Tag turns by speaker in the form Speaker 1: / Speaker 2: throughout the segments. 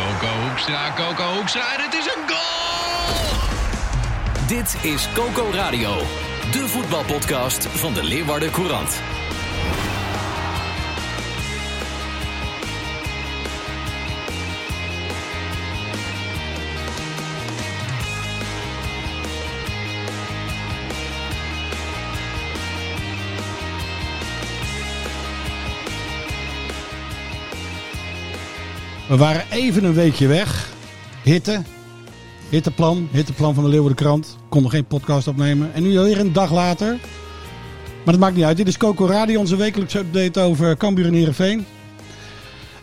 Speaker 1: Coco Hoekstra, Coco Hoekstra en het is een goal!
Speaker 2: Dit is Coco Radio, de voetbalpodcast van de Leeuwarden Courant.
Speaker 3: We waren even een weekje weg. Hitte. Hitteplan. Hitteplan van de Leeuwardenkrant. Konden geen podcast opnemen. En nu alweer een dag later. Maar dat maakt niet uit. Dit is Coco Radio, onze wekelijkse update over Cambuur en Heerenveen.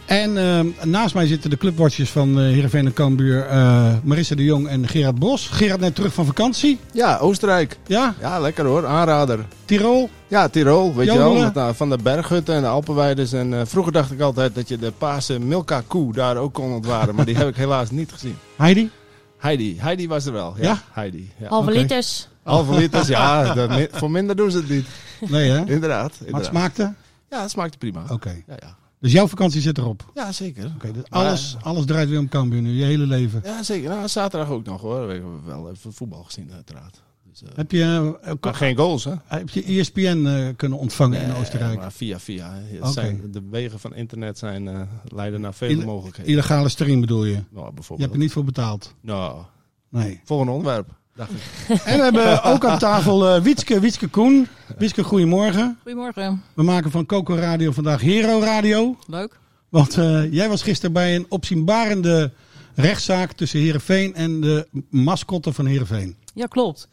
Speaker 3: En eh, naast mij zitten de clubwatchers van eh Heerenveen en Cambuur. eh, Marissa de Jong en Gerard Bos. Gerard net terug van vakantie.
Speaker 4: Ja, Oostenrijk.
Speaker 3: Ja,
Speaker 4: Ja, lekker hoor. Aanrader.
Speaker 3: Tirol.
Speaker 4: Ja, Tirol, weet je wel.
Speaker 3: Jongeren.
Speaker 4: met, nou, van de berghutten en de Alpenweiders. En eh, vroeger dacht ik altijd dat je de Paarse Milka koe daar ook kon ontwaren. maar die heb ik helaas niet gezien.
Speaker 3: Heidi.
Speaker 4: Heidi. Heidi was er wel. Ja?
Speaker 3: Ja?
Speaker 4: Heidi. Ja.
Speaker 5: Halve
Speaker 3: Oké.
Speaker 5: liters.
Speaker 4: Halve liters, ja. dat mi- voor minder doen ze het niet.
Speaker 3: Nee hè? Maar
Speaker 4: Inderdaad.
Speaker 3: het
Speaker 4: inderdaad.
Speaker 3: smaakte?
Speaker 4: Ja, het smaakte prima.
Speaker 3: Oké.
Speaker 4: Ja, ja.
Speaker 3: Dus jouw vakantie zit erop. Oké,
Speaker 4: ja, zeker.
Speaker 3: dus
Speaker 4: Maar-
Speaker 3: alles, alles draait weer om Cambuur nu. Je hele leven.
Speaker 4: Ja, zeker. Nou, zaterdag ook nog hoor. We hebben wel even voetbal gezien uiteraard. Dus, eh,
Speaker 3: Heb je, eh,
Speaker 4: maar geen goals hè?
Speaker 3: Heb je ESPN eh, kunnen ontvangen in
Speaker 4: Nee,
Speaker 3: Oostenrijk?
Speaker 4: Maar via via. hè. Het
Speaker 3: Oké.
Speaker 4: zijn, de wegen van internet zijn, eh, leiden naar vele
Speaker 3: Ille-
Speaker 4: mogelijkheden.
Speaker 3: Illegale stream bedoel je?
Speaker 4: nou,
Speaker 3: Je hebt
Speaker 4: bijvoorbeeld.
Speaker 3: er niet voor betaald.
Speaker 4: Nou,
Speaker 3: Nee.
Speaker 4: volgende onderwerp. Dacht ik.
Speaker 3: En we hebben ook aan tafel eh, Wietske, Wietske Koen. Wietske, goedemorgen.
Speaker 5: Goedemorgen.
Speaker 3: We maken van Coco Radio vandaag Hero Radio.
Speaker 5: Leuk.
Speaker 3: Want eh, jij was gisteren bij een opzienbarende rechtszaak tussen Heerenveen en de mascotte van Heerenveen.
Speaker 6: Ja, klopt.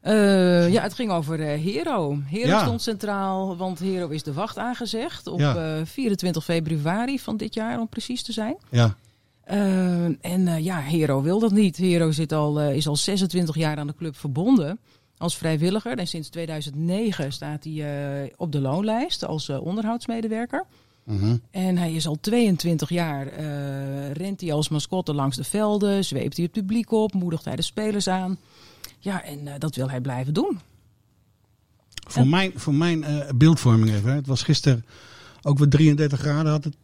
Speaker 6: Eh, ja, het ging over eh, Hero. Hero
Speaker 3: Ja.
Speaker 6: stond centraal, want Hero is de wacht aangezegd op
Speaker 3: Ja.
Speaker 6: eh, 24 februari van dit jaar, om precies te zijn.
Speaker 3: Ja,
Speaker 6: Eh, en eh, ja, Hero wil dat niet. Hero zit al, eh, is al 26 jaar aan de club verbonden als vrijwilliger. En sinds 2009 staat hij eh, op de loonlijst als eh, onderhoudsmedewerker.
Speaker 3: Mhm.
Speaker 6: En hij is al 22 jaar, eh, rent hij als mascotte langs de velden, zweept hij het publiek op, moedigt hij de spelers aan. Ja, en eh, dat wil hij blijven doen.
Speaker 3: voor mijn, voor mijn eh, beeldvorming even. hè. Het was gisteren ook weer 33 graden. Had het,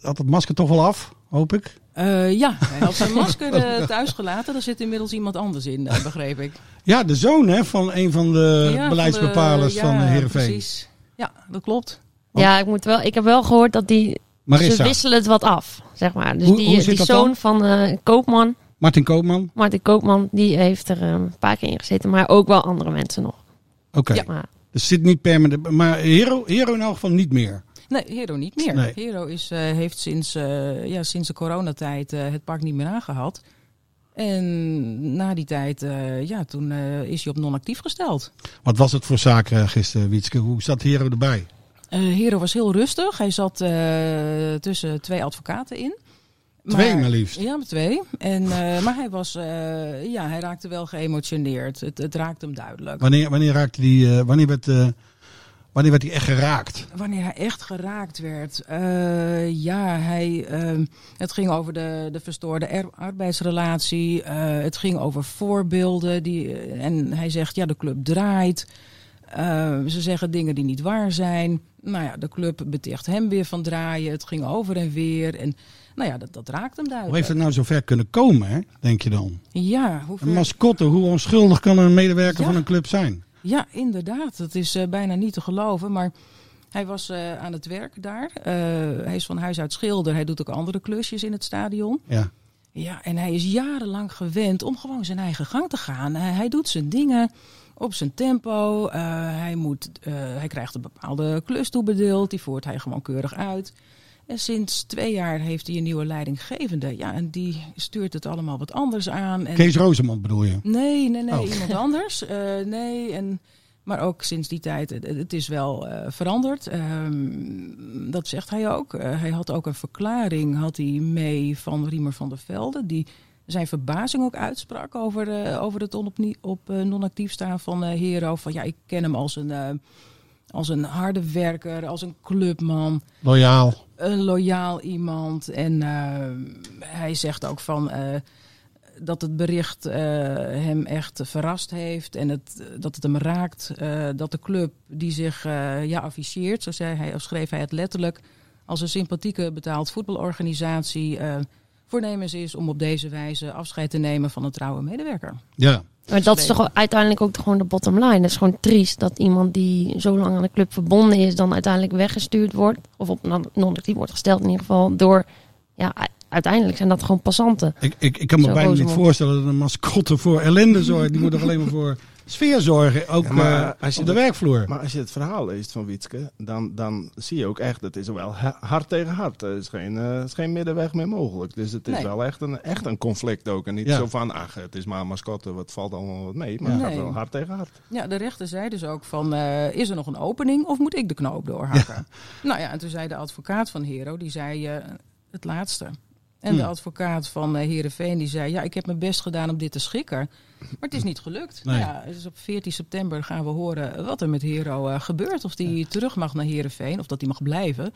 Speaker 3: had het masker toch wel af, hoop ik.
Speaker 6: Eh, ja, hij had zijn masker eh, thuis gelaten, daar zit inmiddels iemand anders in, eh, begreep ik.
Speaker 3: Ja, de zoon hè, van een van de
Speaker 6: Ja, van de-
Speaker 3: Eh, beleidsbepalers van,
Speaker 6: ja,
Speaker 3: Herenveen. Heerenveen.
Speaker 6: Precies. Ja, dat klopt.
Speaker 5: Ja, ik, moet wel, ik heb wel gehoord dat die... Ze
Speaker 3: Marissa,
Speaker 5: wisselen het wat af, zeg maar. Dus
Speaker 3: Hoe-
Speaker 5: die,
Speaker 3: hoe zit
Speaker 5: die
Speaker 3: dat
Speaker 5: zoon
Speaker 3: dan?
Speaker 5: van eh, Koopman,
Speaker 3: Martin Koopman.
Speaker 5: Martin Koopman, die heeft er eh, een paar keer in gezeten. Maar ook wel andere mensen nog.
Speaker 3: Oké,
Speaker 6: Ja.
Speaker 5: Maar,
Speaker 3: dus zit niet permanent. Maar Hero, Hero in elk geval niet meer.
Speaker 6: Nee, Hero niet meer.
Speaker 3: Nee.
Speaker 6: Hero is, eh, heeft sinds, eh, ja, sinds de coronatijd eh, het park niet meer aangehad. En na die tijd, eh, ja, toen eh, is hij op non-actief gesteld.
Speaker 3: Wat was het voor zaak eh, gisteren, Wietske? Hoe zat Hero erbij?
Speaker 6: Eh, Hero was heel rustig. Hij zat eh, tussen twee advocaten in.
Speaker 3: Twee maar liefst.
Speaker 6: Ja, maar twee. En, eh, maar hij, was, eh, ja, hij raakte wel geëmotioneerd. Het, het raakte hem duidelijk.
Speaker 3: Wanneer, wanneer, raakte die, eh, wanneer, werd, eh, wanneer werd hij echt geraakt?
Speaker 6: Wanneer hij echt geraakt werd. eh, ja, hij, ehm, het ging over de, de verstoorde er- arbeidsrelatie. eh, het ging over voorbeelden. Die, eh, en hij zegt, ja, de club draait. Eh, ze zeggen dingen die niet waar zijn. Nou ja, de club beticht hem weer van draaien. Het ging over en weer. En nou ja, Oh, dat, dat raakt hem
Speaker 3: Hoe
Speaker 6: duidelijk.
Speaker 3: heeft het nou zover kunnen komen, hè? denk je dan?
Speaker 6: Ja, hoe ver-
Speaker 3: Een mascotte, hoe onschuldig kan een medewerker
Speaker 6: Ja.
Speaker 3: van een club zijn?
Speaker 6: Ja, inderdaad. Dat is eh, bijna niet te geloven. Maar hij was eh, aan het werk daar. Eh, hij is van huis uit schilder. Hij doet ook andere klusjes in het stadion.
Speaker 3: Ja.
Speaker 6: Ja, en hij is jarenlang gewend om gewoon zijn eigen gang te gaan. Hij, hij doet zijn dingen op zijn tempo. Eh, hij, moet, eh, hij krijgt een bepaalde klus toebedeeld. Die voert hij gewoon keurig uit. En sinds twee jaar heeft hij een nieuwe leidinggevende. Ja, en die stuurt het allemaal wat anders aan. En
Speaker 3: Kees Rosemond bedoel je?
Speaker 6: Nee, nee, nee,
Speaker 3: Oh.
Speaker 6: iemand anders. Eh, nee, en Maar ook sinds die tijd, het, het is wel eh, veranderd. Ehm, dat zegt hij ook. Eh, hij had ook een verklaring had hij mee van Riemer van der Velde. Die zijn verbazing ook uitsprak over, eh, over het onopnie- op eh, non-actief staan van eh, Hero. Van ja, ik ken hem als een, eh, als een harde werker, als een clubman
Speaker 3: Loyaal.
Speaker 6: een loyaal iemand. En eh, hij zegt ook van eh, dat het bericht eh, hem echt verrast heeft. En het, dat het hem raakt. eh, dat de club die zich eh, ja, afficheert, zo zei hij, of schreef hij het letterlijk. als een sympathieke betaald voetbalorganisatie. eh, voornemens is om op deze wijze afscheid te nemen van een trouwe medewerker.
Speaker 3: Ja.
Speaker 5: Maar dat is toch uiteindelijk ook gewoon de bottom line. Dat is gewoon triest dat iemand die zo lang aan de club verbonden is, dan uiteindelijk weggestuurd wordt. Of op non- non-actief wordt gesteld in ieder geval. Door, ja, u- uiteindelijk zijn dat gewoon passanten.
Speaker 3: Ik, ik, ik kan me
Speaker 5: Zo,
Speaker 3: bijna niet
Speaker 5: Rosemond.
Speaker 3: voorstellen dat een mascotte voor ellende zorgt. Die moet toch alleen maar voor sfeer zorgen. Ook
Speaker 4: Ja, maar
Speaker 3: eh,
Speaker 4: als je
Speaker 3: op de
Speaker 4: dat-
Speaker 3: werkvloer.
Speaker 4: Maar als je het verhaal leest van Wietske, dan, dan zie je ook echt, het is wel ha- hard tegen hard. Er is geen, eh, is geen middenweg meer mogelijk. Dus het is
Speaker 6: Nee.
Speaker 4: wel echt een, echt een conflict ook. En niet
Speaker 3: Ja.
Speaker 4: zo van, ach, het is maar een mascotte, wat valt allemaal wat mee. Maar
Speaker 6: Ja.
Speaker 4: het gaat
Speaker 6: Nee.
Speaker 4: wel hard tegen hard.
Speaker 6: Ja, de rechter zei dus ook van, eh, is er nog een opening of moet ik de knoop doorhakken? Nou ja, en toen zei de advocaat van Hero, die zei eh, het laatste. En de
Speaker 3: Hmm.
Speaker 6: advocaat van eh Heerenveen, die zei, ja, ik heb mijn best gedaan om dit te schikken. Maar het is niet gelukt.
Speaker 3: Hmm. Nee.
Speaker 6: Nou ja, dus op 14 september gaan we horen wat er met Hero eh, gebeurt. Of die terug mag naar Heerenveen, of dat hij mag blijven.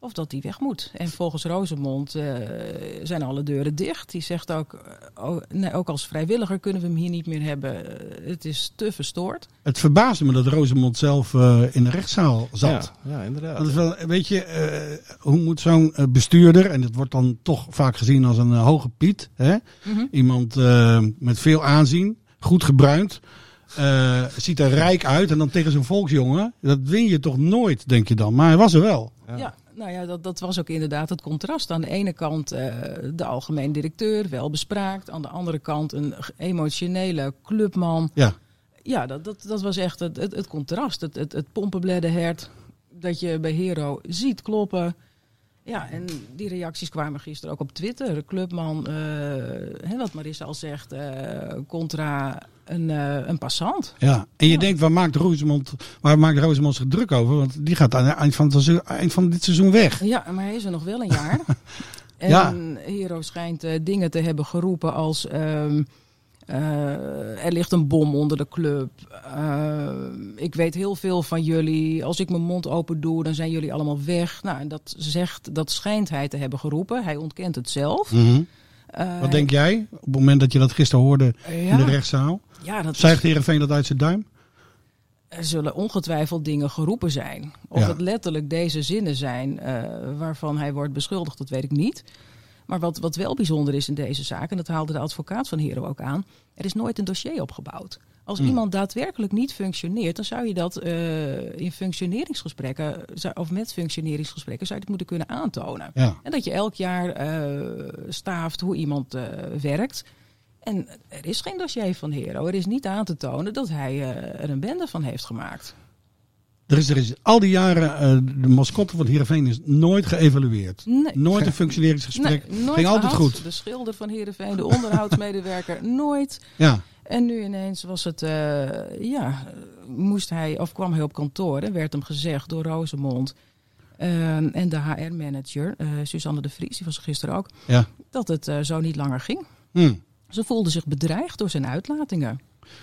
Speaker 6: Of dat hij weg moet. En volgens Rosemond eh, zijn alle deuren dicht. Die zegt ook, eh, oh, nee, ook als vrijwilliger kunnen we hem hier niet meer hebben. Eh, het is te verstoord.
Speaker 3: Het verbaasde me dat Rosemond zelf eh, in de rechtszaal zat.
Speaker 4: Ja, ja inderdaad.
Speaker 3: Dat is wel, weet je, eh, hoe moet zo'n eh, bestuurder, en dat wordt dan toch vaak gezien als een eh, hoge piet, hè?
Speaker 6: Mhm.
Speaker 3: iemand eh, met veel aanzien, goed gebruind, eh, ziet er rijk uit en dan tegen zo'n volksjongen, dat win je toch nooit, denk je dan. Maar hij was er wel.
Speaker 4: Ja.
Speaker 6: Ja. nou ja, dat, dat was ook inderdaad het contrast. Aan de ene kant eh, de algemeen directeur, wel bespraakt. Aan de andere kant een g- emotionele clubman.
Speaker 3: Ja.
Speaker 6: Ja, dat, dat, dat was echt het, het, het contrast. Het, het, het pompenbleddenhert dat je bij Hero ziet kloppen. Ja, en die reacties kwamen gisteren ook op Twitter. De Clubman, eh, hè, wat Marissa al zegt, eh, contra een, eh, een passant.
Speaker 3: Ja, en je
Speaker 6: Ja.
Speaker 3: denkt, waar maakt Rosemond, waar maakt Rosemond zich druk over? Want die gaat aan het eind van, het seizoen- eind van dit seizoen weg.
Speaker 6: Ja, maar hij is er nog wel een jaar. en
Speaker 3: Ja.
Speaker 6: Hero schijnt eh, dingen te hebben geroepen als... ehm, eh, er ligt een bom onder de club. Eh, ik weet heel veel van jullie. Als ik mijn mond open doe, dan zijn jullie allemaal weg. Nou, en dat, zegt, dat schijnt hij te hebben geroepen. Hij ontkent het zelf. Eh,
Speaker 3: Wat denk jij op het moment dat je dat gisteren hoorde in de
Speaker 6: ja,
Speaker 3: rechtszaal?
Speaker 6: ja, dat is
Speaker 3: Zegt Heerenveen dat uit zijn duim?
Speaker 6: Er zullen ongetwijfeld dingen geroepen zijn. Of
Speaker 3: Ja.
Speaker 6: het letterlijk deze zinnen zijn eh, waarvan hij wordt beschuldigd, dat weet ik niet. Maar wat, wat wel bijzonder is in deze zaak, en dat haalde de advocaat van Hero ook aan, er is nooit een dossier opgebouwd. Als iemand daadwerkelijk niet functioneert, dan zou je dat eh, in functioneringsgesprekken, zou- of met functioneringsgesprekken, zou je het moeten kunnen aantonen.
Speaker 3: Ja.
Speaker 6: En dat je elk jaar eh, staaft hoe iemand eh, werkt. En er is geen dossier van Hero. Er is niet aan te tonen dat hij eh, er een bende van heeft gemaakt.
Speaker 3: Er is, er is al die jaren, eh, de mascotte van Heerenveen is nooit geëvalueerd.
Speaker 6: Nee.
Speaker 3: Nooit een functioneringsgesprek.
Speaker 6: Nee, nooit
Speaker 3: Ging altijd
Speaker 6: gehad.
Speaker 3: goed.
Speaker 6: De schilder van Heerenveen, de onderhoudsmedewerker, nooit.
Speaker 3: Ja,
Speaker 6: En nu ineens was het, eh, ja, moest hij, of kwam hij op kantoor en werd hem gezegd door Rosemond eh, en de HR-manager, eh Suzanne de Vries, die was er gisteren ook,
Speaker 3: ja.
Speaker 6: dat het eh, zo niet langer ging.
Speaker 3: Hm.
Speaker 6: Ze voelde zich bedreigd door zijn uitlatingen.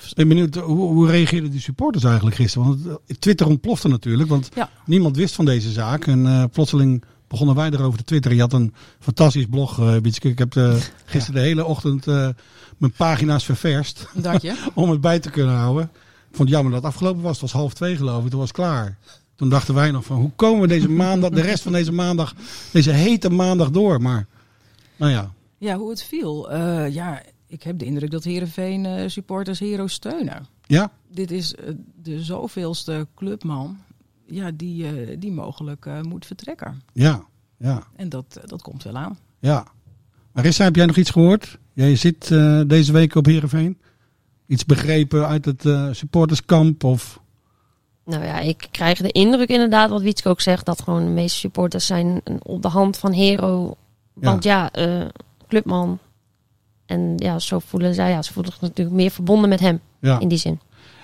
Speaker 3: Ik ben benieuwd, eh, hoe, hoe reageerden die supporters eigenlijk gisteren? Want eh, Twitter ontplofte natuurlijk, want
Speaker 6: Ja.
Speaker 3: niemand wist van deze zaak. En eh, plotseling begonnen wij erover te twitteren. Je had een fantastisch blog, eh Wietske. Ik heb eh, gisteren de hele ochtend eh, mijn pagina's ververst
Speaker 6: Dank je.
Speaker 3: om het bij te kunnen houden. Ik vond het jammer dat het afgelopen was. Het was half twee geloof ik, toen was het klaar. Toen dachten wij nog van, hoe komen we deze maandag, de rest van deze maandag, deze hete maandag door? Maar, nou ja,
Speaker 6: Ja, hoe het viel. Eh, ja, ik heb de indruk dat Heerenveen eh, supporters Hero steunen.
Speaker 3: ja?
Speaker 6: Dit is eh, de zoveelste clubman ja, die, eh, die mogelijk eh, moet vertrekken.
Speaker 3: Ja, ja.
Speaker 6: En dat, eh, dat komt wel aan.
Speaker 3: Ja. Marissa, heb jij nog iets gehoord? Jij zit eh, deze week op Heerenveen. Iets begrepen uit het eh, supporterskamp of...
Speaker 5: Nou ja, ik krijg de indruk inderdaad, wat Wietske ook zegt, dat gewoon de meeste supporters zijn op de hand van Hero. Want ja, eh, clubman. En ja, zo voelen zij, ja, ze voelen zich natuurlijk meer verbonden met hem
Speaker 3: Ja.
Speaker 5: in die zin.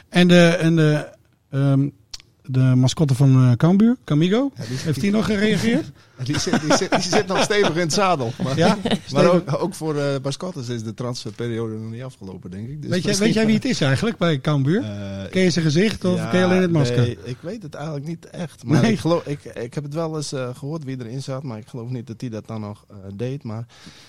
Speaker 3: En de, en de ehm, de mascotte van eh, Cambuur, Camigo.
Speaker 4: Ja, die,
Speaker 3: Heeft die nog gereageerd?
Speaker 4: die zit, die, zit, die zit nog stevig in het zadel. Maar,
Speaker 3: Ja?
Speaker 4: maar
Speaker 3: Steven,
Speaker 4: ook, ook voor eh Bascottes is de transferperiode nog niet afgelopen, denk ik. Dus
Speaker 3: weet, jij,
Speaker 4: misschien-
Speaker 3: weet jij wie het is eigenlijk bij Cambuur?
Speaker 4: Eh,
Speaker 3: Ken je zijn gezicht of
Speaker 4: ja,
Speaker 3: ken je alleen het masker?
Speaker 4: Nee, ik weet het eigenlijk niet echt. Maar
Speaker 3: Nee.
Speaker 4: ik, geloof, ik, ik heb het wel eens eh, gehoord wie erin zat. Maar ik geloof niet dat hij dat dan nog eh, deed. Maar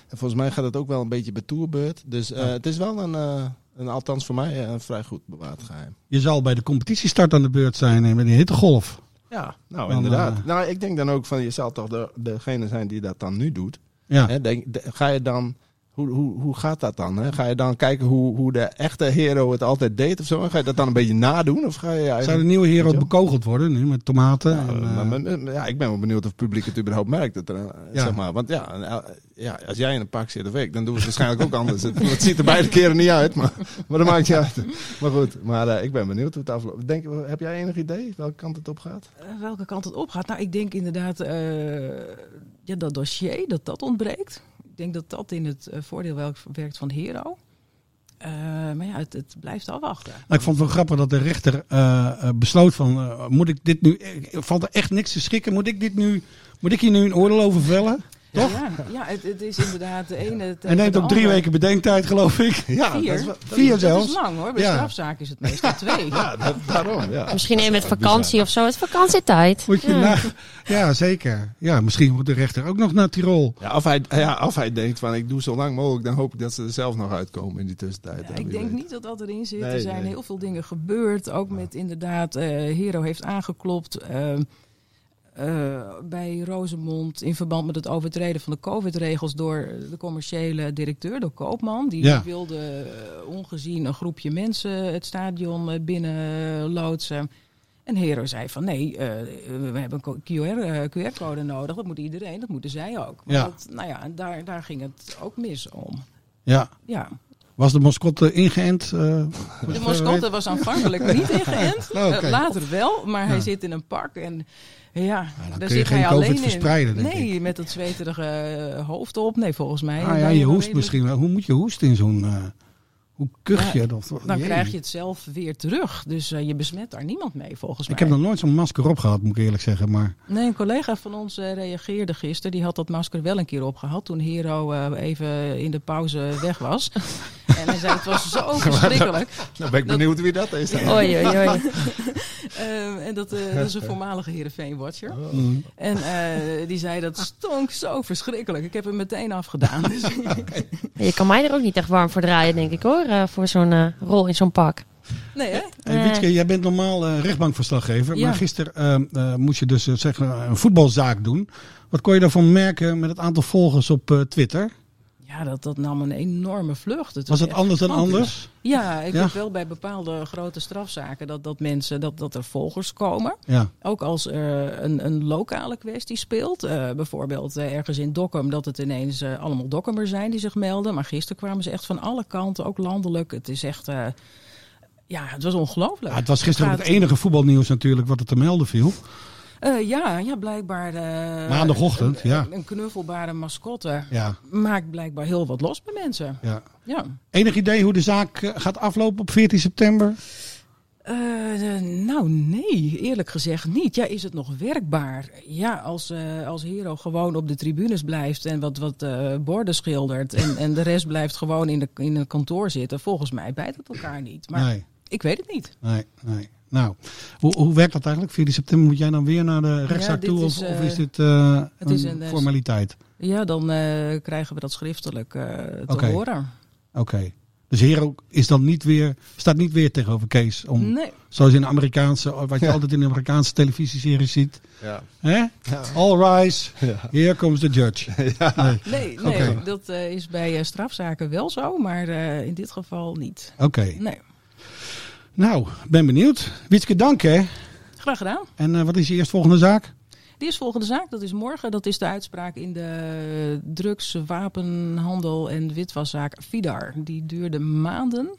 Speaker 4: volgens mij gaat het ook wel een beetje bij tourbeurt. Dus eh, het is wel een, eh, een, althans voor mij, eh, een vrij goed bewaard geheim.
Speaker 3: Je zal bij de competitiestart aan de beurt zijn eh, met die hittegolf.
Speaker 4: Ja, nou
Speaker 3: Dan,
Speaker 4: inderdaad.
Speaker 3: eh,
Speaker 4: nou, ik denk dan ook van je zal toch de, degene zijn die dat dan nu doet.
Speaker 3: Ja.
Speaker 4: Hè, denk, de- ga je dan, hoe, hoe, hoe gaat dat dan? Hè? Ga je dan kijken hoe, hoe de echte hero het altijd deed of zo? En ga je dat dan een beetje nadoen? Of ga je
Speaker 3: Zou
Speaker 4: eigenlijk...
Speaker 3: de nieuwe hero
Speaker 4: Weet je wel?
Speaker 3: bekogeld worden nu met tomaten?
Speaker 4: Ja,
Speaker 3: en, eh,
Speaker 4: maar- maar- maar- ja, ik ben wel benieuwd of het publiek het überhaupt merkt. Dat er, eh,
Speaker 3: Ja.
Speaker 4: zeg maar, want ja, en, eh, ja, als jij in een pak zit of ik, dan doen we het waarschijnlijk ook anders. Het, het ziet er beide keren niet uit, maar, maar dat maakt niet uit. Maar goed, maar eh, ik ben benieuwd hoe het afloopt. Denk, heb jij enig idee welke kant het op gaat?
Speaker 6: Eh, welke kant het op gaat? Nou, ik denk inderdaad eh, ja, dat dossier, dat dat ontbreekt. Ik denk dat dat in het eh, voordeel wel werkt van Hero. Eh, maar ja, het, het blijft afwachten.
Speaker 3: Nou, ik vond het wel grappig dat de rechter eh, eh, besloot van, eh, moet ik dit nu, eh, valt er echt niks te schrikken? Moet ik dit nu, moet ik hier nu een oordeel over vellen? Toch?
Speaker 6: Ja, ja het, het is inderdaad de ene tegen
Speaker 3: en neemt
Speaker 6: de
Speaker 3: ook drie
Speaker 6: ander.
Speaker 3: weken bedenktijd, geloof ik.
Speaker 4: Ja,
Speaker 6: Vier?
Speaker 4: dat is wel- dat-
Speaker 3: Vier
Speaker 6: Dat is
Speaker 3: zelfs.
Speaker 6: lang hoor, bij
Speaker 3: Ja.
Speaker 6: strafzaken is het meestal twee.
Speaker 4: ja, dat- daarom. Ja.
Speaker 5: Misschien even met vakantie of zo. Het is vakantietijd.
Speaker 3: Moet je na- ja, zeker. Ja, misschien moet de rechter ook nog naar Tirol.
Speaker 4: Ja, of, hij, ja, of hij denkt van ik doe zo lang mogelijk, dan hoop ik dat ze er zelf nog uitkomen in die tussentijd.
Speaker 6: Ja, ik denk niet dat dat erin zit.
Speaker 4: Nee,
Speaker 6: er zijn
Speaker 4: nee.
Speaker 6: heel veel dingen gebeurd. Ook met inderdaad, eh, Hero heeft aangeklopt eh, eh, bij Rosemond in verband met het overtreden van de COVID-regels door de commerciële directeur, door Koopman. Die
Speaker 3: Ja.
Speaker 6: wilde eh, ongezien een groepje mensen het stadion eh, binnen loodsen. En Hero zei van nee, eh, we hebben een eh, QR-code nodig. Dat moet iedereen, dat moeten zij ook. Maar
Speaker 3: Ja.
Speaker 6: dat, nou ja, en daar, daar ging het ook mis om.
Speaker 3: Ja.
Speaker 6: Ja.
Speaker 3: Was de mascotte ingeënt? eh,
Speaker 6: De mascotte was aanvankelijk niet ingeënt.
Speaker 3: Nou, Oké.
Speaker 6: Eh, Later wel, maar hij
Speaker 3: Ja. Nou,
Speaker 6: zit in een pak. En ja,
Speaker 3: kun je
Speaker 6: daar zit
Speaker 3: geen
Speaker 6: hij
Speaker 3: COVID
Speaker 6: alleen in.
Speaker 3: verspreiden, denk
Speaker 6: nee, met dat zweterige eh, hoofd op. Nee, volgens mij.
Speaker 3: ah ja,
Speaker 6: Dan
Speaker 3: je hoest
Speaker 6: redelijk-
Speaker 3: misschien wel. Hoe moet je hoesten in zo'n, eh, hoe kuch je
Speaker 6: Ja,
Speaker 3: dat?
Speaker 6: Dan
Speaker 3: Jee.
Speaker 6: krijg je het zelf weer terug. Dus eh, je besmet daar niemand mee, volgens
Speaker 3: Ik
Speaker 6: mij.
Speaker 3: heb nog nooit zo'n masker op gehad, moet ik eerlijk zeggen. Maar
Speaker 6: Nee, een collega van ons eh, reageerde gisteren. Die had dat masker wel een keer opgehad toen Hero eh, even in de pauze weg was. en hij zei, het was zo verschrikkelijk.
Speaker 4: Nou ben ik benieuwd wie dat
Speaker 6: Oh,
Speaker 4: is. dan.
Speaker 5: Oei, oei, oei.
Speaker 6: Eh, en dat, eh, dat is een voormalige Heerenveen-watcher.
Speaker 3: mm,
Speaker 6: En eh, die zei dat stonk zo verschrikkelijk. Ik heb hem meteen afgedaan. Dus,
Speaker 5: Je kan mij er ook niet echt warm voor draaien, denk ik hoor. eh, voor zo'n eh, rol in zo'n pak.
Speaker 6: nee, hè?
Speaker 3: Hey, Wietke, jij bent normaal eh, rechtbankverslaggever.
Speaker 6: Eh. Ja.
Speaker 3: Maar gisteren eh, eh, moest je dus eh, zeggen, een voetbalzaak doen. Wat kon je daarvan merken met het aantal volgers op eh, Twitter?
Speaker 6: Ja, dat, dat nam een enorme vlucht.
Speaker 3: Was
Speaker 6: het
Speaker 3: dat anders dan anders?
Speaker 6: Ja, ik
Speaker 3: Ja.
Speaker 6: heb wel bij bepaalde grote strafzaken dat, dat mensen, dat, dat er volgers komen.
Speaker 3: Ja.
Speaker 6: Ook als er een, een lokale kwestie speelt. Eh, bijvoorbeeld eh, ergens in Dokkum, dat het ineens eh, allemaal Dokkumers zijn die zich melden. Maar gisteren kwamen ze echt van alle kanten, ook landelijk. Het is echt, eh, ja, het was ongelooflijk.
Speaker 3: Ja, Ah, het was gisteren ook het
Speaker 6: Gaat-
Speaker 3: enige voetbalnieuws natuurlijk wat er te melden viel.
Speaker 6: Eh, ja, ja, blijkbaar. eh,
Speaker 3: Maandagochtend,
Speaker 6: een-
Speaker 3: ja.
Speaker 6: Een knuffelbare mascotte
Speaker 3: Ja,
Speaker 6: maakt blijkbaar heel wat los bij mensen.
Speaker 3: ja.
Speaker 6: Ja.
Speaker 3: Enig idee hoe de zaak eh, gaat aflopen op 14 september?
Speaker 6: Eh, eh, nou, nee, eerlijk gezegd niet. Ja, is het nog werkbaar? Ja, als, eh, als Hero gewoon op de tribunes blijft en wat, wat eh, borden schildert. En, en de rest blijft gewoon in, de, in een kantoor zitten. Volgens mij bijt het elkaar niet. Maar
Speaker 3: Nee,
Speaker 6: ik weet het niet.
Speaker 3: nee, nee. Nou, hoe, hoe werkt dat eigenlijk? 14 september moet jij dan weer naar de rechtszaak
Speaker 6: dit
Speaker 3: toe? Of,
Speaker 6: is,
Speaker 3: of
Speaker 6: eh,
Speaker 3: is dit eh,
Speaker 6: het is
Speaker 3: een
Speaker 6: een, eh,
Speaker 3: formaliteit?
Speaker 6: Ja, dan eh, krijgen we dat schriftelijk eh, te
Speaker 3: Oké.
Speaker 6: horen.
Speaker 3: Oké. Dus Hero is dan niet weer, staat niet weer tegenover Kees om
Speaker 6: Nee.
Speaker 3: Zoals in de Amerikaanse, wat je
Speaker 4: Ja.
Speaker 3: altijd in de Amerikaanse televisieseries ziet.
Speaker 4: Ja.
Speaker 3: Hè? All rise, here comes the judge. Nee.
Speaker 6: Nee, nee
Speaker 3: Oké.
Speaker 6: dat eh, is bij eh, strafzaken wel zo, maar eh, in dit geval niet.
Speaker 3: Oké,
Speaker 6: Nee.
Speaker 3: nou, ben benieuwd. Witske, dank hè.
Speaker 6: Graag gedaan.
Speaker 3: En eh, wat is je eerstvolgende zaak?
Speaker 6: Die is volgende zaak, dat is morgen. Dat is de uitspraak in de drugs, wapenhandel en witwaszaak FIDAR. Die duurde maanden.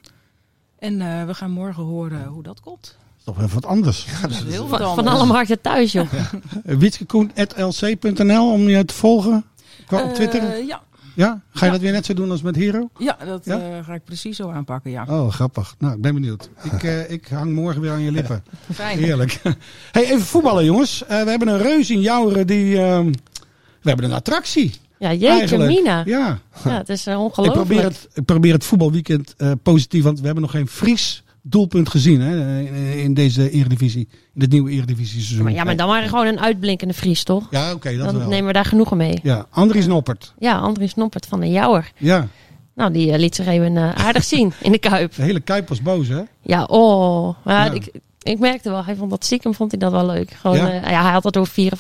Speaker 6: En eh, we gaan morgen horen hoe dat komt.
Speaker 3: Dat is toch even wat anders.
Speaker 6: dat is heel wat
Speaker 5: Van, van
Speaker 6: anders.
Speaker 5: alle markten thuis, joh.
Speaker 3: Eh, Witskekoen.lc.nl om je te volgen. Qua op
Speaker 6: Eh,
Speaker 3: Twitter.
Speaker 6: ja,
Speaker 3: Ja? Ga je
Speaker 6: Ja.
Speaker 3: dat weer net zo doen als met Hero?
Speaker 6: Ja, dat
Speaker 3: Ja?
Speaker 6: eh, ga ik precies zo aanpakken, ja.
Speaker 3: Oh, grappig. Nou, ik ben benieuwd. Ik, eh, ik hang morgen weer aan je lippen.
Speaker 6: Fijn.
Speaker 3: Heerlijk. Hey, even voetballen, jongens. Eh, we hebben een reus in Jouweren die... ehm, we hebben een attractie,
Speaker 5: Ja, jeetje
Speaker 3: eigenlijk.
Speaker 5: mina. Ja.
Speaker 3: Ja.
Speaker 5: het is eh,
Speaker 3: Ik
Speaker 5: ongelooflijk.
Speaker 3: probeer, het, ik probeer het voetbalweekend eh, positief, want we hebben nog geen Fries doelpunt gezien hè, in, in deze eredivisie, in dit nieuwe eredivisie seizoen.
Speaker 5: Maar ja, maar dan waren gewoon een uitblinkende Fries, toch?
Speaker 3: Ja, oké, dat
Speaker 5: dan
Speaker 3: wel.
Speaker 5: nemen we daar genoegen mee. Ja,
Speaker 3: Ja, Andries Noppert.
Speaker 5: Andries Noppert van de Jouwer.
Speaker 3: Ja,
Speaker 5: Nou, die eh, liet zich even eh, aardig zien in de Kuip.
Speaker 3: de hele Kuip was boos, hè?
Speaker 5: Ja, oh. Maar
Speaker 3: Ja.
Speaker 5: Ik, ik merkte wel, hij vond dat stiekem vond hij dat wel leuk. Gewoon,
Speaker 3: Ja?
Speaker 5: ja. ja, hij had het over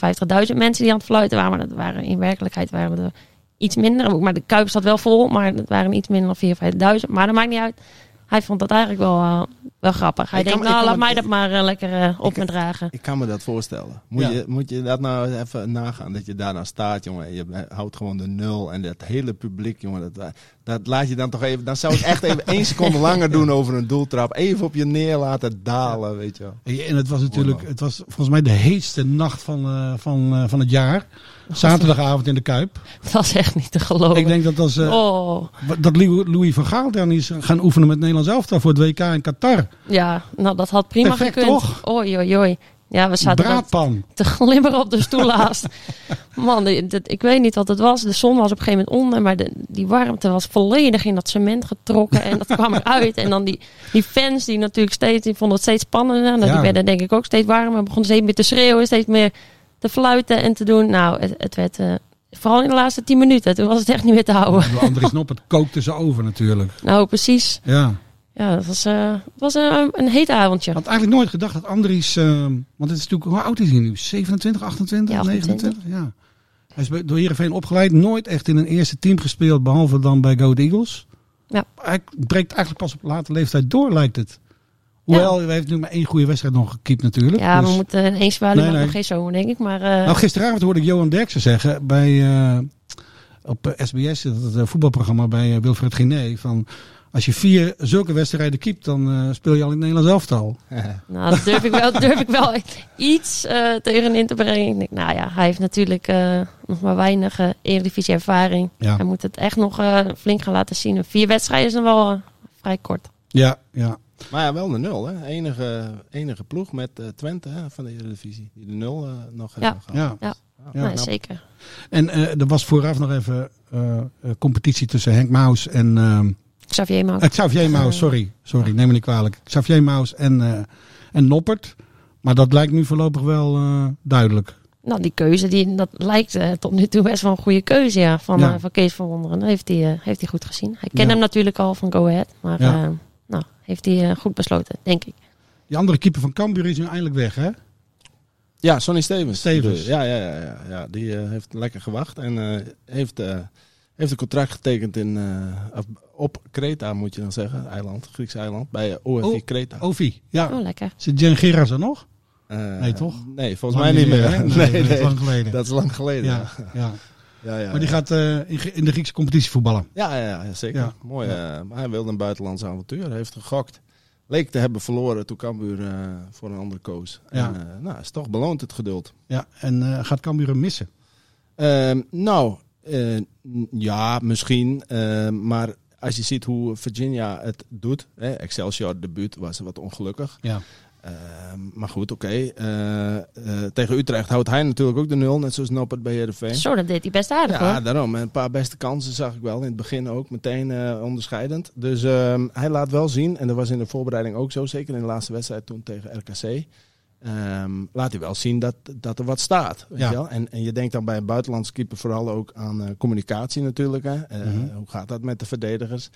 Speaker 5: 54.000 mensen die aan het fluiten waren. Maar dat waren, in werkelijkheid waren er iets minder. Maar de Kuip zat wel vol, maar het waren iets minder dan 54.000. Maar dat maakt niet uit. Hij vond dat eigenlijk wel, eh, wel grappig. Hij
Speaker 4: Ik kan-
Speaker 5: denkt,
Speaker 4: ik
Speaker 5: nou,
Speaker 4: kan
Speaker 5: laat
Speaker 4: het-
Speaker 5: mij dat maar eh, lekker eh, op
Speaker 4: Ik-
Speaker 5: me dragen.
Speaker 4: Ik kan me dat voorstellen. Moet,
Speaker 3: Ja.
Speaker 4: je, moet je dat nou eens even nagaan? Dat je daarna staat, jongen. en Je blij- houdt gewoon de nul. En dat hele publiek, jongen. Dat, eh, dat laat je dan toch even... Dan zou ik echt even één seconde langer doen over een doeltrap. Even op je neer laten dalen, weet je wel.
Speaker 3: En het was natuurlijk, het was volgens mij de heetste nacht van, eh, van, eh, van het jaar. Zaterdagavond in de Kuip.
Speaker 5: Dat was echt niet te geloven.
Speaker 3: Ik denk dat als, eh,
Speaker 5: oh,
Speaker 3: dat Louis Louis van Gaal dan is gaan oefenen met Nederlands elftal voor het WK in Qatar.
Speaker 5: ja, nou, dat had prima
Speaker 3: Perfect,
Speaker 5: gekund.
Speaker 3: toch?
Speaker 5: Oei, oei, oei. Ja, we zaten dat-
Speaker 3: Braadpan.
Speaker 5: te glimmeren op de stoel haast. Man, die- dat- ik weet niet wat het was. De zon was op een gegeven moment onder, maar de, die warmte was volledig in dat cement getrokken. En dat kwam eruit. En dan die, die fans, die natuurlijk steeds, die vonden het steeds spannender. En dat
Speaker 3: Ja.
Speaker 5: Die werden denk ik ook steeds warmer. Begonnen steeds meer te schreeuwen, steeds meer te fluiten en te doen. Nou, het, het werd, eh, vooral in de laatste tien minuten, toen was het echt niet meer te houden.
Speaker 3: Andries Noppert kookte ze over natuurlijk.
Speaker 5: Nou, precies.
Speaker 3: Ja.
Speaker 5: Ja, dat was, eh, het was een, een heet avondje.
Speaker 3: Ik had eigenlijk nooit gedacht dat Andries. ehm, want het is natuurlijk, hoe oud is hij nu? 27, 28,
Speaker 5: Ja,
Speaker 3: 29? Ja. Hij is bij- door Heerenveen opgeleid, nooit echt in een eerste team gespeeld, behalve dan bij Go The Eagles.
Speaker 5: Ja.
Speaker 3: Hij breekt eigenlijk pas op late leeftijd door, lijkt het. Hoewel, hij heeft nu maar één goede wedstrijd nog gekiept natuurlijk.
Speaker 5: Ja,
Speaker 3: dus-
Speaker 5: we moeten in één zwaluw,
Speaker 3: Nee,
Speaker 5: maar
Speaker 3: nee.
Speaker 5: nog geen zomer, denk ik. Maar eh,
Speaker 3: nou, gisteravond hoorde ik Johan Derksen zeggen bij, eh, op eh, SBS, dat eh, voetbalprogramma bij eh, Wilfred Giné, van als je vier zulke wedstrijden kiept, dan eh, speel je al in het Nederlands elftal.
Speaker 5: Nou, dat durf ik wel, durf ik wel iets eh, tegen in te brengen. Ik denk, nou ja, hij heeft natuurlijk eh, nog maar weinig eh eredivisie ervaring.
Speaker 3: Ja.
Speaker 5: Hij moet het echt nog eh, flink gaan laten zien. En Vier wedstrijden is dan wel eh, vrij kort.
Speaker 3: Ja, ja.
Speaker 4: Maar ja, wel de nul, hè. Enige, enige ploeg met eh, Twente hè, van de Eredivisie. Die de nul eh, nog hebben gehad.
Speaker 3: ja. Ja,
Speaker 5: nee,
Speaker 3: nou,
Speaker 5: zeker.
Speaker 3: En eh, er was vooraf nog even eh, eh, competitie tussen Henk Maus en... ehm,
Speaker 5: Xavier Maus.
Speaker 3: eh, Xavier Maus, sorry. Sorry, neem me niet kwalijk. Xavier Maus en, eh, en Noppert. Maar dat lijkt nu voorlopig wel eh, duidelijk.
Speaker 5: Nou, die keuze, die, dat lijkt eh, tot nu toe best wel een goede keuze ja, van,
Speaker 3: Ja.
Speaker 5: eh, van Kees van Wonderen. Dat heeft hij, eh, heeft hij goed gezien. Hij kent
Speaker 3: Ja.
Speaker 5: hem natuurlijk al van Go Ahead. Maar
Speaker 3: Ja.
Speaker 5: eh, nou, heeft hij eh, goed besloten, denk ik.
Speaker 3: Die andere keeper van Cambuur is nu eindelijk weg, hè?
Speaker 4: Ja, Sonny Stevens.
Speaker 3: Stevens.
Speaker 4: Ja, ja, ja, ja, ja. die eh, heeft lekker gewacht en eh, heeft, eh, heeft een contract getekend in, eh, op- op Kreta, moet je dan zeggen. Eiland, Grieks eiland, bij OFI
Speaker 3: Oh,
Speaker 4: Kreta.
Speaker 3: Ovi, ja.
Speaker 5: Oh, lekker.
Speaker 3: Zit Jen Gerards er nog?
Speaker 4: Eh,
Speaker 3: nee, toch?
Speaker 4: Nee, volgens mij niet meer.
Speaker 3: hè?
Speaker 4: Nee,
Speaker 3: Nee,
Speaker 4: nee,
Speaker 3: dat is lang geleden.
Speaker 4: Dat is lang geleden.
Speaker 3: ja,
Speaker 4: Ja,
Speaker 3: ja.
Speaker 4: ja, ja.
Speaker 3: Maar die gaat eh, in, Grie- in de Griekse competitie voetballen.
Speaker 4: ja, ja, ja, zeker.
Speaker 3: Ja.
Speaker 4: Mooi. eh, maar hij wilde een buitenlands avontuur. Hij heeft gegokt. Leek te hebben verloren toen Cambuur eh, voor een ander koos.
Speaker 3: Ja.
Speaker 4: En, eh, nou, is toch beloond het geduld.
Speaker 3: Ja, en eh, gaat Cambuur hem missen?
Speaker 4: Ehm, nou, eh, n- ja, misschien. ehm, maar als je ziet hoe Virginia het doet. Hè, Excelsior debuut was wat ongelukkig.
Speaker 3: Ja.
Speaker 4: Ehm, maar goed, oké. Eh, eh, tegen Utrecht houdt hij natuurlijk ook de nul. Net zoals Noppert bij Heerenveen.
Speaker 5: Zo, dat deed hij best aardig
Speaker 4: Ja,
Speaker 5: hoor.
Speaker 4: daarom. En een paar beste kansen zag ik wel. In het begin ook meteen eh, onderscheidend. Dus ehm, hij laat wel zien, en dat was in de voorbereiding ook zo, zeker in de laatste wedstrijd toen tegen RKC. ehm, laat hij wel zien dat, dat er wat staat. Weet
Speaker 3: Ja.
Speaker 4: je wel? En, en je denkt dan bij een buitenlandse keeper vooral ook aan eh, communicatie natuurlijk. Hè? Eh,
Speaker 3: Mhm.
Speaker 4: Hoe gaat dat met de verdedigers?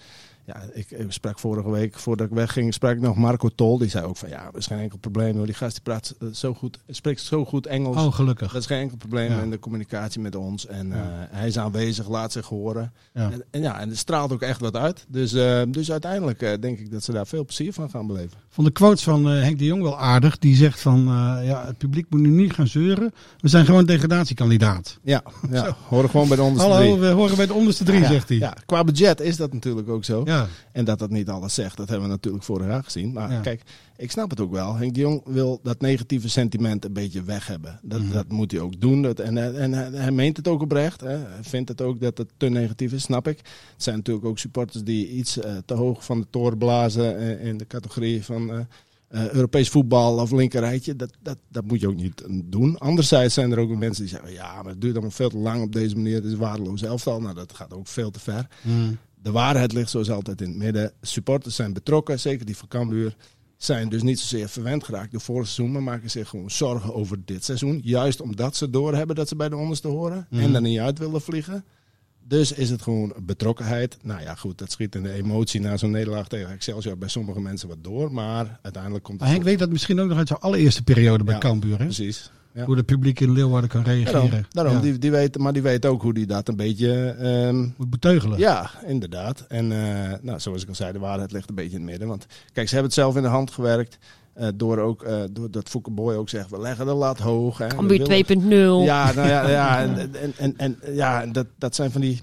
Speaker 4: Ja, ik, ik sprak vorige week, voordat ik wegging, sprak ik nog Marco Tol. Die zei ook van ja, dat is geen enkel probleem. Hoor. Die gast die praat eh, zo goed, spreekt zo goed Engels.
Speaker 3: Oh, gelukkig.
Speaker 4: Dat is geen enkel probleem
Speaker 3: Ja.
Speaker 4: in de communicatie met ons. En
Speaker 3: Ja.
Speaker 4: eh, hij is aanwezig, laat zich horen.
Speaker 3: Ja.
Speaker 4: En, en ja, en het straalt ook echt wat uit. Dus, eh, dus uiteindelijk eh, denk ik dat ze daar veel plezier van gaan beleven.
Speaker 3: vond de quotes van eh, Henk de Jong wel aardig. Die zegt van van eh, ja, het publiek moet nu niet gaan zeuren. We zijn gewoon degradatiekandidaat.
Speaker 4: Ja, ja. horen gewoon bij de onderste
Speaker 3: Hallo,
Speaker 4: drie.
Speaker 3: we horen bij de onderste drie,
Speaker 4: Ja,
Speaker 3: zegt hij.
Speaker 4: Ja, qua budget is dat natuurlijk ook zo.
Speaker 3: Ja.
Speaker 4: En dat dat niet alles zegt, dat hebben we natuurlijk vorig jaar gezien. Maar
Speaker 3: Ja.
Speaker 4: kijk, ik snap het ook wel. Henk de Jong wil dat negatieve sentiment een beetje weg hebben. Dat, dat moet hij ook doen. Dat, en, en, en hij- hij meent het ook oprecht. Hè. Hij vindt het ook dat het te negatief is, snap ik. Het zijn natuurlijk ook supporters die iets eh, te hoog van de toren blazen eh, in de categorie van... eh, eh, Europees voetbal of linkerrijtje, dat, dat, dat moet je ook niet eh, doen. Anderzijds zijn er ook weer mensen die zeggen: ja, maar het duurt allemaal veel te lang op deze manier. Het is een waardeloos elftal. Nou, dat gaat ook veel te ver. De waarheid ligt zoals altijd in het midden. Supporters zijn betrokken, zeker die van Cambuur. Zijn dus niet zozeer verwend geraakt door vorig seizoen, maar maken zich gewoon zorgen over dit seizoen. Juist omdat ze doorhebben dat ze bij de onderste horen
Speaker 3: Mhm.
Speaker 4: en er niet uit willen vliegen. Dus is het gewoon betrokkenheid. Nou ja, goed, dat schiet in de emotie na zo'n nederlaag tegen Excelsior bij sommige mensen wat door. Maar uiteindelijk komt
Speaker 3: Maar
Speaker 4: het
Speaker 3: Henk
Speaker 4: goed.
Speaker 3: weet dat misschien ook nog uit zijn allereerste periode bij
Speaker 4: Ja,
Speaker 3: Cambuur. Hè?
Speaker 4: Precies. Ja.
Speaker 3: Hoe het publiek in Leeuwarden kan reageren.
Speaker 4: Daarom, daarom
Speaker 3: Ja.
Speaker 4: Die, die weet, maar die weet ook hoe die dat een beetje ehm,
Speaker 3: Moet beteugelen.
Speaker 4: Ja, inderdaad. En eh, nou, zoals ik al zei, de waarheid ligt een beetje in het midden. Want kijk, ze hebben het zelf in de hand gewerkt. eh, door ook, eh, door dat Foukeboy ook zegt, we leggen de lat hoog. Hè, We
Speaker 5: Cambuur
Speaker 4: willen-
Speaker 5: 2.0.
Speaker 4: ja, nou ja, ja en, en, en, en- ja, en dat, dat zijn van die,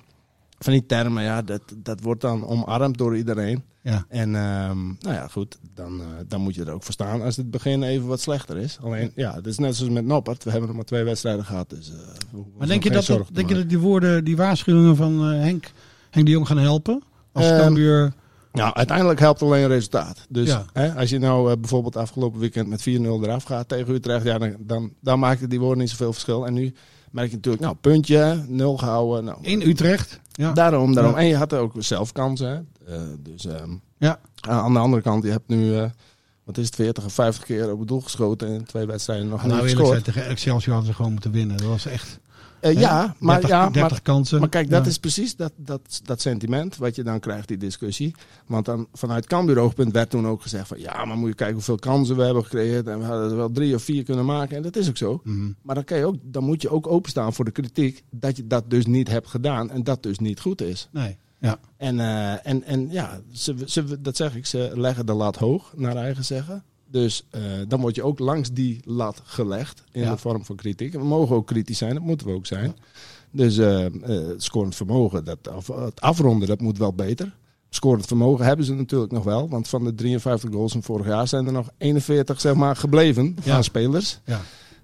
Speaker 4: van die termen. Ja, dat, dat wordt dan omarmd door iedereen.
Speaker 3: Ja.
Speaker 4: En ehm, nou ja, goed, dan, eh, dan moet je er ook voor staan als het begin even wat slechter is. Alleen, ja, het is net zoals met Noppert. We hebben nog maar twee wedstrijden gehad. Dus, eh, we hoeven
Speaker 3: Maar denk je,
Speaker 4: ons nog
Speaker 3: dat,
Speaker 4: geen
Speaker 3: dat-
Speaker 4: zorgen te
Speaker 3: denk je
Speaker 4: maken.
Speaker 3: dat die woorden, die waarschuwingen van eh, Henk, Henk de Jong gaan helpen? Als
Speaker 4: Ehm,
Speaker 3: Cambuur...
Speaker 4: Nou, uiteindelijk helpt alleen resultaat. Dus
Speaker 3: Ja.
Speaker 4: hè, als je nou eh, bijvoorbeeld afgelopen weekend met 4-0 eraf gaat tegen Utrecht, ja, dan, dan, dan maakte die woorden niet zoveel verschil. En nu merk je natuurlijk, nou, puntje, nul gehouden. Nou,
Speaker 3: In Utrecht. Ja.
Speaker 4: Daarom, daarom.
Speaker 3: Ja.
Speaker 4: En je had ook zelf kansen. hè. Eh, dus ehm,
Speaker 3: Ja.
Speaker 4: aan de andere kant, je hebt nu, eh, wat is het, 40 of 50 keer op het doel geschoten en in twee wedstrijden nog
Speaker 3: nou,
Speaker 4: niet
Speaker 3: eerlijk
Speaker 4: gescoord.
Speaker 3: gezegd, tegen Excelsior hadden ze gewoon moeten winnen. Dat was echt
Speaker 4: Eh, ja, maar,
Speaker 3: 30,
Speaker 4: ja,
Speaker 3: 30
Speaker 4: maar
Speaker 3: kansen.
Speaker 4: Maar kijk, dat
Speaker 3: Ja.
Speaker 4: is precies dat, dat, dat sentiment wat je dan krijgt, die discussie. Want dan, vanuit Kambuur-oogpunt werd toen ook gezegd van... ja, maar moet je kijken hoeveel kansen we hebben gecreëerd... en we hadden er wel drie of vier kunnen maken. En dat is ook zo.
Speaker 3: Mhm.
Speaker 4: Maar dan, kan je ook, dan moet je ook openstaan voor de kritiek... dat je dat dus niet hebt gedaan en dat dus niet goed is.
Speaker 3: Nee. Ja.
Speaker 4: En, eh, en, en ja, ze, ze, dat zeg ik, ze leggen de lat hoog, naar eigen zeggen. Dus eh, dan word je ook langs die lat gelegd in
Speaker 3: Ja.
Speaker 4: de vorm van kritiek. En we mogen ook kritisch zijn, dat moeten we ook zijn. Dus eh, eh, het scorend vermogen, dat, af- het afronden, dat moet wel beter. Scorend vermogen hebben ze natuurlijk nog wel. Want van de 53 goals van vorig jaar zijn er nog 41 zeg maar, gebleven
Speaker 3: Ja.
Speaker 4: van spelers.
Speaker 3: Ja.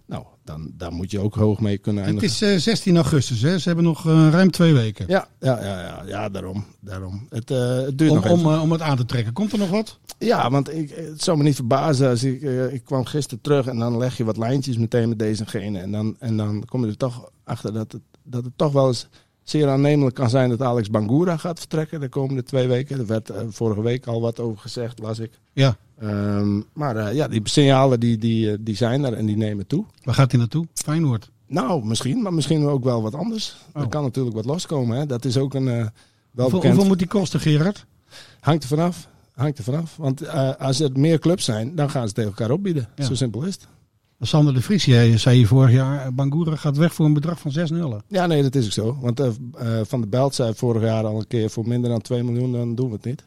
Speaker 4: Nou, dan, daar moet je ook hoog mee kunnen
Speaker 3: Het
Speaker 4: eindigen.
Speaker 3: is eh, 16 augustus, hè? ze hebben nog eh, ruim twee weken.
Speaker 4: Ja, ja, ja, ja, ja, daarom. daarom. Het, eh, het duurt
Speaker 3: Om,
Speaker 4: nog even.
Speaker 3: om, eh, om het aan te trekken. Komt er nog wat?
Speaker 4: Ja, want ik, het zou me niet verbazen als ik, eh, ik kwam gisteren terug en dan leg je wat lijntjes meteen met deze en gene. En dan, en dan kom je er toch achter dat het, dat het toch wel eens zeer aannemelijk kan zijn dat Alex Bangura gaat vertrekken de komende twee weken. Er werd eh, vorige week al wat over gezegd, las ik.
Speaker 3: Ja.
Speaker 4: Ehm, maar eh, ja, die signalen die, die, eh, die zijn er en die nemen toe.
Speaker 3: Waar gaat hij naartoe? Feyenoord.
Speaker 4: Nou, misschien, maar misschien ook wel wat anders.
Speaker 3: Oh.
Speaker 4: Er kan natuurlijk wat loskomen. Hè? Dat is ook een eh
Speaker 3: Hoeveel,
Speaker 4: welbekend...
Speaker 3: hoeveel moet die kosten, Gerard?
Speaker 4: Hangt er vanaf. Hangt er vanaf. Want eh, als er meer clubs zijn, dan gaan ze tegen elkaar opbieden.
Speaker 3: Ja.
Speaker 4: Zo simpel is het.
Speaker 3: Sander de Vries eh, zei hier vorig jaar, eh, Bangura gaat weg voor een bedrag van 6 nullen.
Speaker 4: Ja, nee, dat is ook zo. Want eh, eh, Van der Belt zei vorig jaar al een keer... voor minder dan 2 miljoen, dan doen we het niet.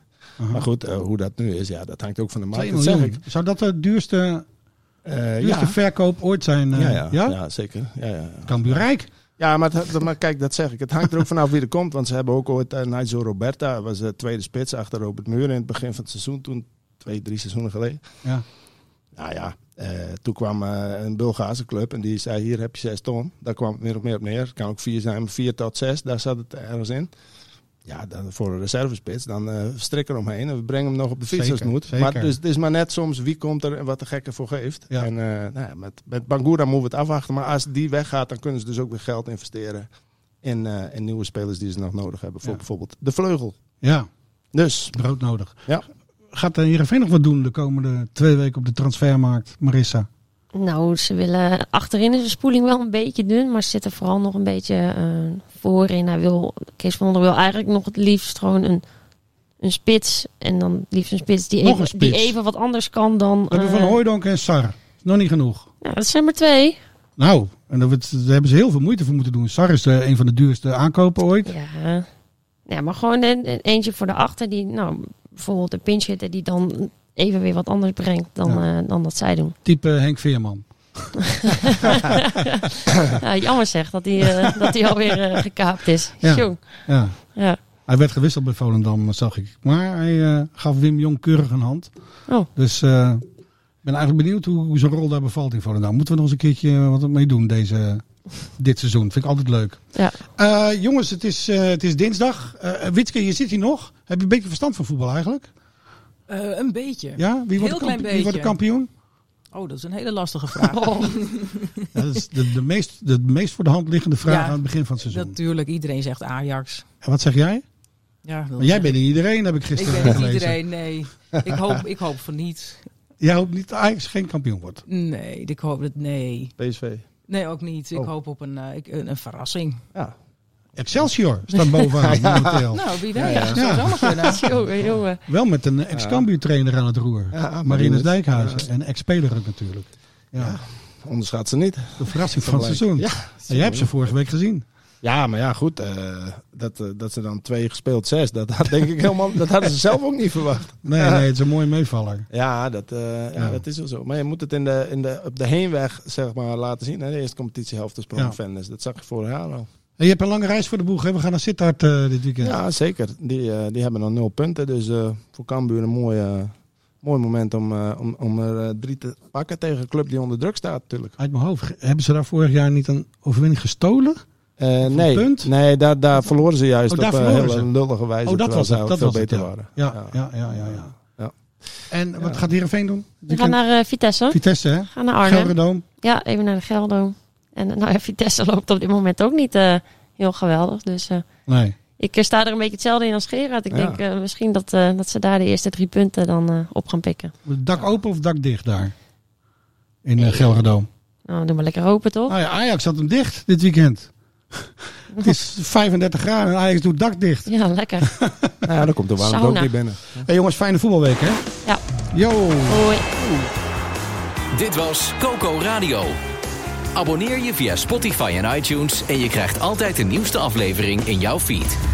Speaker 4: Maar goed, eh, hoe dat nu is, ja, dat hangt ook van de markt.
Speaker 3: 2
Speaker 4: Dat zeg
Speaker 3: miljoen.
Speaker 4: ik.
Speaker 3: Zou dat de duurste,
Speaker 4: Eh,
Speaker 3: duurste
Speaker 4: ja.
Speaker 3: verkoop ooit zijn? eh,
Speaker 4: Ja, ja, ja? zeker. Ja, ja, ja.
Speaker 3: Cambuur Rijk.
Speaker 4: ja maar, het- maar kijk, dat zeg ik. Het hangt er ook vanaf wie er komt. Want ze hebben ook ooit eh, Nigel Roberta... was de tweede spits achter Robert Muur in het begin van het seizoen. Toen twee, drie seizoenen geleden.
Speaker 3: Ja.
Speaker 4: Nou ja, eh, toen kwam eh, een Bulgaarse club en die zei: Hier heb je zes ton. Daar kwam het meer of meer op neer. Het kan ook vier zijn, maar vier tot zes, daar zat het ergens in. Ja, dan voor een reservespits, dan eh strik eromheen en we brengen hem nog op de fiets als het
Speaker 3: Zeker,
Speaker 4: moet.
Speaker 3: zeker.
Speaker 4: Maar dus, het is maar net soms wie komt er en wat de gekke voor geeft.
Speaker 3: Ja.
Speaker 4: En eh, nou ja, met, met Bangura moeten we het afwachten. Maar als die weggaat, dan kunnen ze dus ook weer geld investeren in, eh, in nieuwe spelers die ze nog nodig hebben. Voor
Speaker 3: Ja.
Speaker 4: bijvoorbeeld de vleugel.
Speaker 3: Ja,
Speaker 4: Dus
Speaker 3: brood nodig.
Speaker 4: Ja.
Speaker 3: Gaat eh, Heerenveen nog wat doen de komende twee weken op de transfermarkt, Marissa?
Speaker 5: Nou, ze willen. Achterin is de spoeling wel een beetje dun, maar ze zitten vooral nog een beetje eh, voorin. Hij wil, Kees van Onder wil eigenlijk nog het liefst gewoon een, een spits. En dan het liefst een spits die,
Speaker 3: Nog
Speaker 5: even,
Speaker 3: een spits.
Speaker 5: die even wat anders kan dan.
Speaker 3: We hebben
Speaker 5: eh,
Speaker 3: Van Hooijdonk en Sar. Nog niet genoeg.
Speaker 5: nou, dat zijn maar twee.
Speaker 3: Nou, en daar wordt- daar hebben ze heel veel moeite voor moeten doen. Sar is eh, een van de duurste aankopen ooit.
Speaker 5: Ja. ja, maar gewoon een, een- eentje voor de achter die, nou, bijvoorbeeld een pinch hitter die dan even weer wat anders brengt dan,
Speaker 3: Ja.
Speaker 5: eh, dan dat zij doen.
Speaker 3: Type Henk Veerman.
Speaker 5: Ja, jammer zeg, dat hij eh, dat hij alweer eh, gekaapt is.
Speaker 3: Ja.
Speaker 5: Tjoe.
Speaker 3: Ja.
Speaker 5: Ja.
Speaker 3: Hij werd gewisseld bij Volendam, dat zag ik. Maar hij eh, gaf Wim Jong keurig een hand.
Speaker 5: Oh.
Speaker 3: Dus eh, ik ben eigenlijk benieuwd hoe, hoe zijn rol daar bevalt in Volendam. Moeten we nog eens een keertje eh, wat mee doen deze, dit seizoen. Vind ik altijd leuk.
Speaker 5: Ja.
Speaker 3: Eh, jongens, het is, eh, het is dinsdag. Eh Witske, je zit hier nog. Heb je een beetje verstand van voetbal eigenlijk?
Speaker 6: Eh, een beetje.
Speaker 3: Ja? Wie wordt,
Speaker 6: Heel
Speaker 3: de,
Speaker 6: klein
Speaker 3: kamp- wie wordt de
Speaker 6: beetje.
Speaker 3: kampioen?
Speaker 6: Oh, dat is een hele lastige vraag.
Speaker 3: Oh. Ja, dat is de, de, meest, de meest voor de hand liggende vraag
Speaker 6: Ja.
Speaker 3: aan het begin van het seizoen.
Speaker 6: Natuurlijk, iedereen zegt Ajax.
Speaker 3: En wat zeg jij?
Speaker 6: Ja, wil
Speaker 3: Maar jij
Speaker 6: zeggen.
Speaker 3: bent in iedereen, heb ik
Speaker 6: Ik
Speaker 3: gisteren
Speaker 6: ben niet
Speaker 3: gelezen.
Speaker 6: iedereen, nee. Ik hoop, ik hoop van niet.
Speaker 3: Jij hoopt niet dat Ajax geen kampioen wordt.
Speaker 6: Nee, ik hoop dat nee.
Speaker 4: PSV.
Speaker 6: Nee, ook niet. Ik
Speaker 4: Oh.
Speaker 6: hoop op een, eh, ik- een, een verrassing.
Speaker 4: Ja.
Speaker 3: Excelsior staat bovenaan momenteel.
Speaker 6: Nou, wie weet.
Speaker 3: ja. eh,
Speaker 6: Dat zou zomaar kunnen.
Speaker 5: Jongen, jongen.
Speaker 3: Wel met een ex-Cambuur trainer aan het roer.
Speaker 4: Ja,
Speaker 3: Marinus
Speaker 4: Marinus.
Speaker 3: Dijkhuizen. En ex-speler ook natuurlijk. Ja,
Speaker 4: Onderschat ze niet.
Speaker 3: De verrassing van het seizoen.
Speaker 4: Ja.
Speaker 3: En jij hebt ze vorige week gezien.
Speaker 4: Ja, maar ja, goed. eh, dat, eh, dat ze dan twee gespeeld zes, dat had denk ik helemaal, dat hadden ze zelf ook niet verwacht.
Speaker 3: Nee,
Speaker 4: Ja.
Speaker 3: nee, het is een mooie meevaller.
Speaker 4: Ja, dat, eh,
Speaker 3: Ja.
Speaker 4: ja, dat is wel zo. Maar je moet het in de, in de, op de heenweg zeg maar, laten zien. Hè? De eerste competitiehelft is
Speaker 3: Ja.
Speaker 4: Promovendus. dus Dat zag je vorig jaar al.
Speaker 3: En je hebt een lange reis voor de boeg. Hè? We gaan naar Sittard eh, dit weekend.
Speaker 4: Ja, zeker. Die, eh, die hebben dan nul punten. Dus eh, voor Cambuur een mooi, eh, mooi moment om, eh, om, om er eh, drie te pakken tegen een club die onder druk staat natuurlijk.
Speaker 3: Uit mijn hoofd. Ge- Hebben ze daar vorig jaar niet een overwinning gestolen?
Speaker 4: Eh,
Speaker 3: een
Speaker 4: nee,
Speaker 3: punt?
Speaker 4: nee daar, daar verloren ze juist
Speaker 3: Oh, daar
Speaker 4: op een
Speaker 3: verloren
Speaker 4: hele
Speaker 3: ze.
Speaker 4: lullige wijze.
Speaker 3: Oh, dat
Speaker 4: terwijl
Speaker 3: was
Speaker 4: ze
Speaker 3: het, dat
Speaker 4: veel
Speaker 3: was het,
Speaker 4: beter waren.
Speaker 3: Ja, ja, ja, ja. ja,
Speaker 4: Ja.
Speaker 3: En wat gaat Heerenveen doen?
Speaker 5: We gaan naar eh, Vitesse. We
Speaker 3: Vitesse, hè?
Speaker 5: gaan naar Arnhem.
Speaker 3: Gelderdoom.
Speaker 5: Ja, even naar de Gelderdoom. En eh, nou ja, Vitesse loopt op dit moment ook niet eh, heel geweldig. Dus eh,
Speaker 3: Nee.
Speaker 5: ik eh, sta er een beetje hetzelfde in als Gerard.
Speaker 4: Ja.
Speaker 5: Ik denk eh, misschien dat, eh, dat ze daar de eerste drie punten dan eh, op gaan pikken.
Speaker 3: Dak open of dak dicht daar? In eh, Gelderdoom.
Speaker 5: Nou, doe maar lekker hopen toch?
Speaker 3: Ah ja, Ajax had hem dicht dit weekend. Het is 35 graden en Ajax doet dak dicht.
Speaker 5: Ja, lekker.
Speaker 4: Nou ja, dan komt de warmte ook
Speaker 5: Sauna.
Speaker 4: niet binnen.
Speaker 3: hey jongens, fijne voetbalweek hè?
Speaker 5: Ja.
Speaker 3: Yo!
Speaker 5: Hoi.
Speaker 2: Dit was Coco Radio. Abonneer je via Spotify en iTunes en je krijgt altijd de nieuwste aflevering in jouw feed.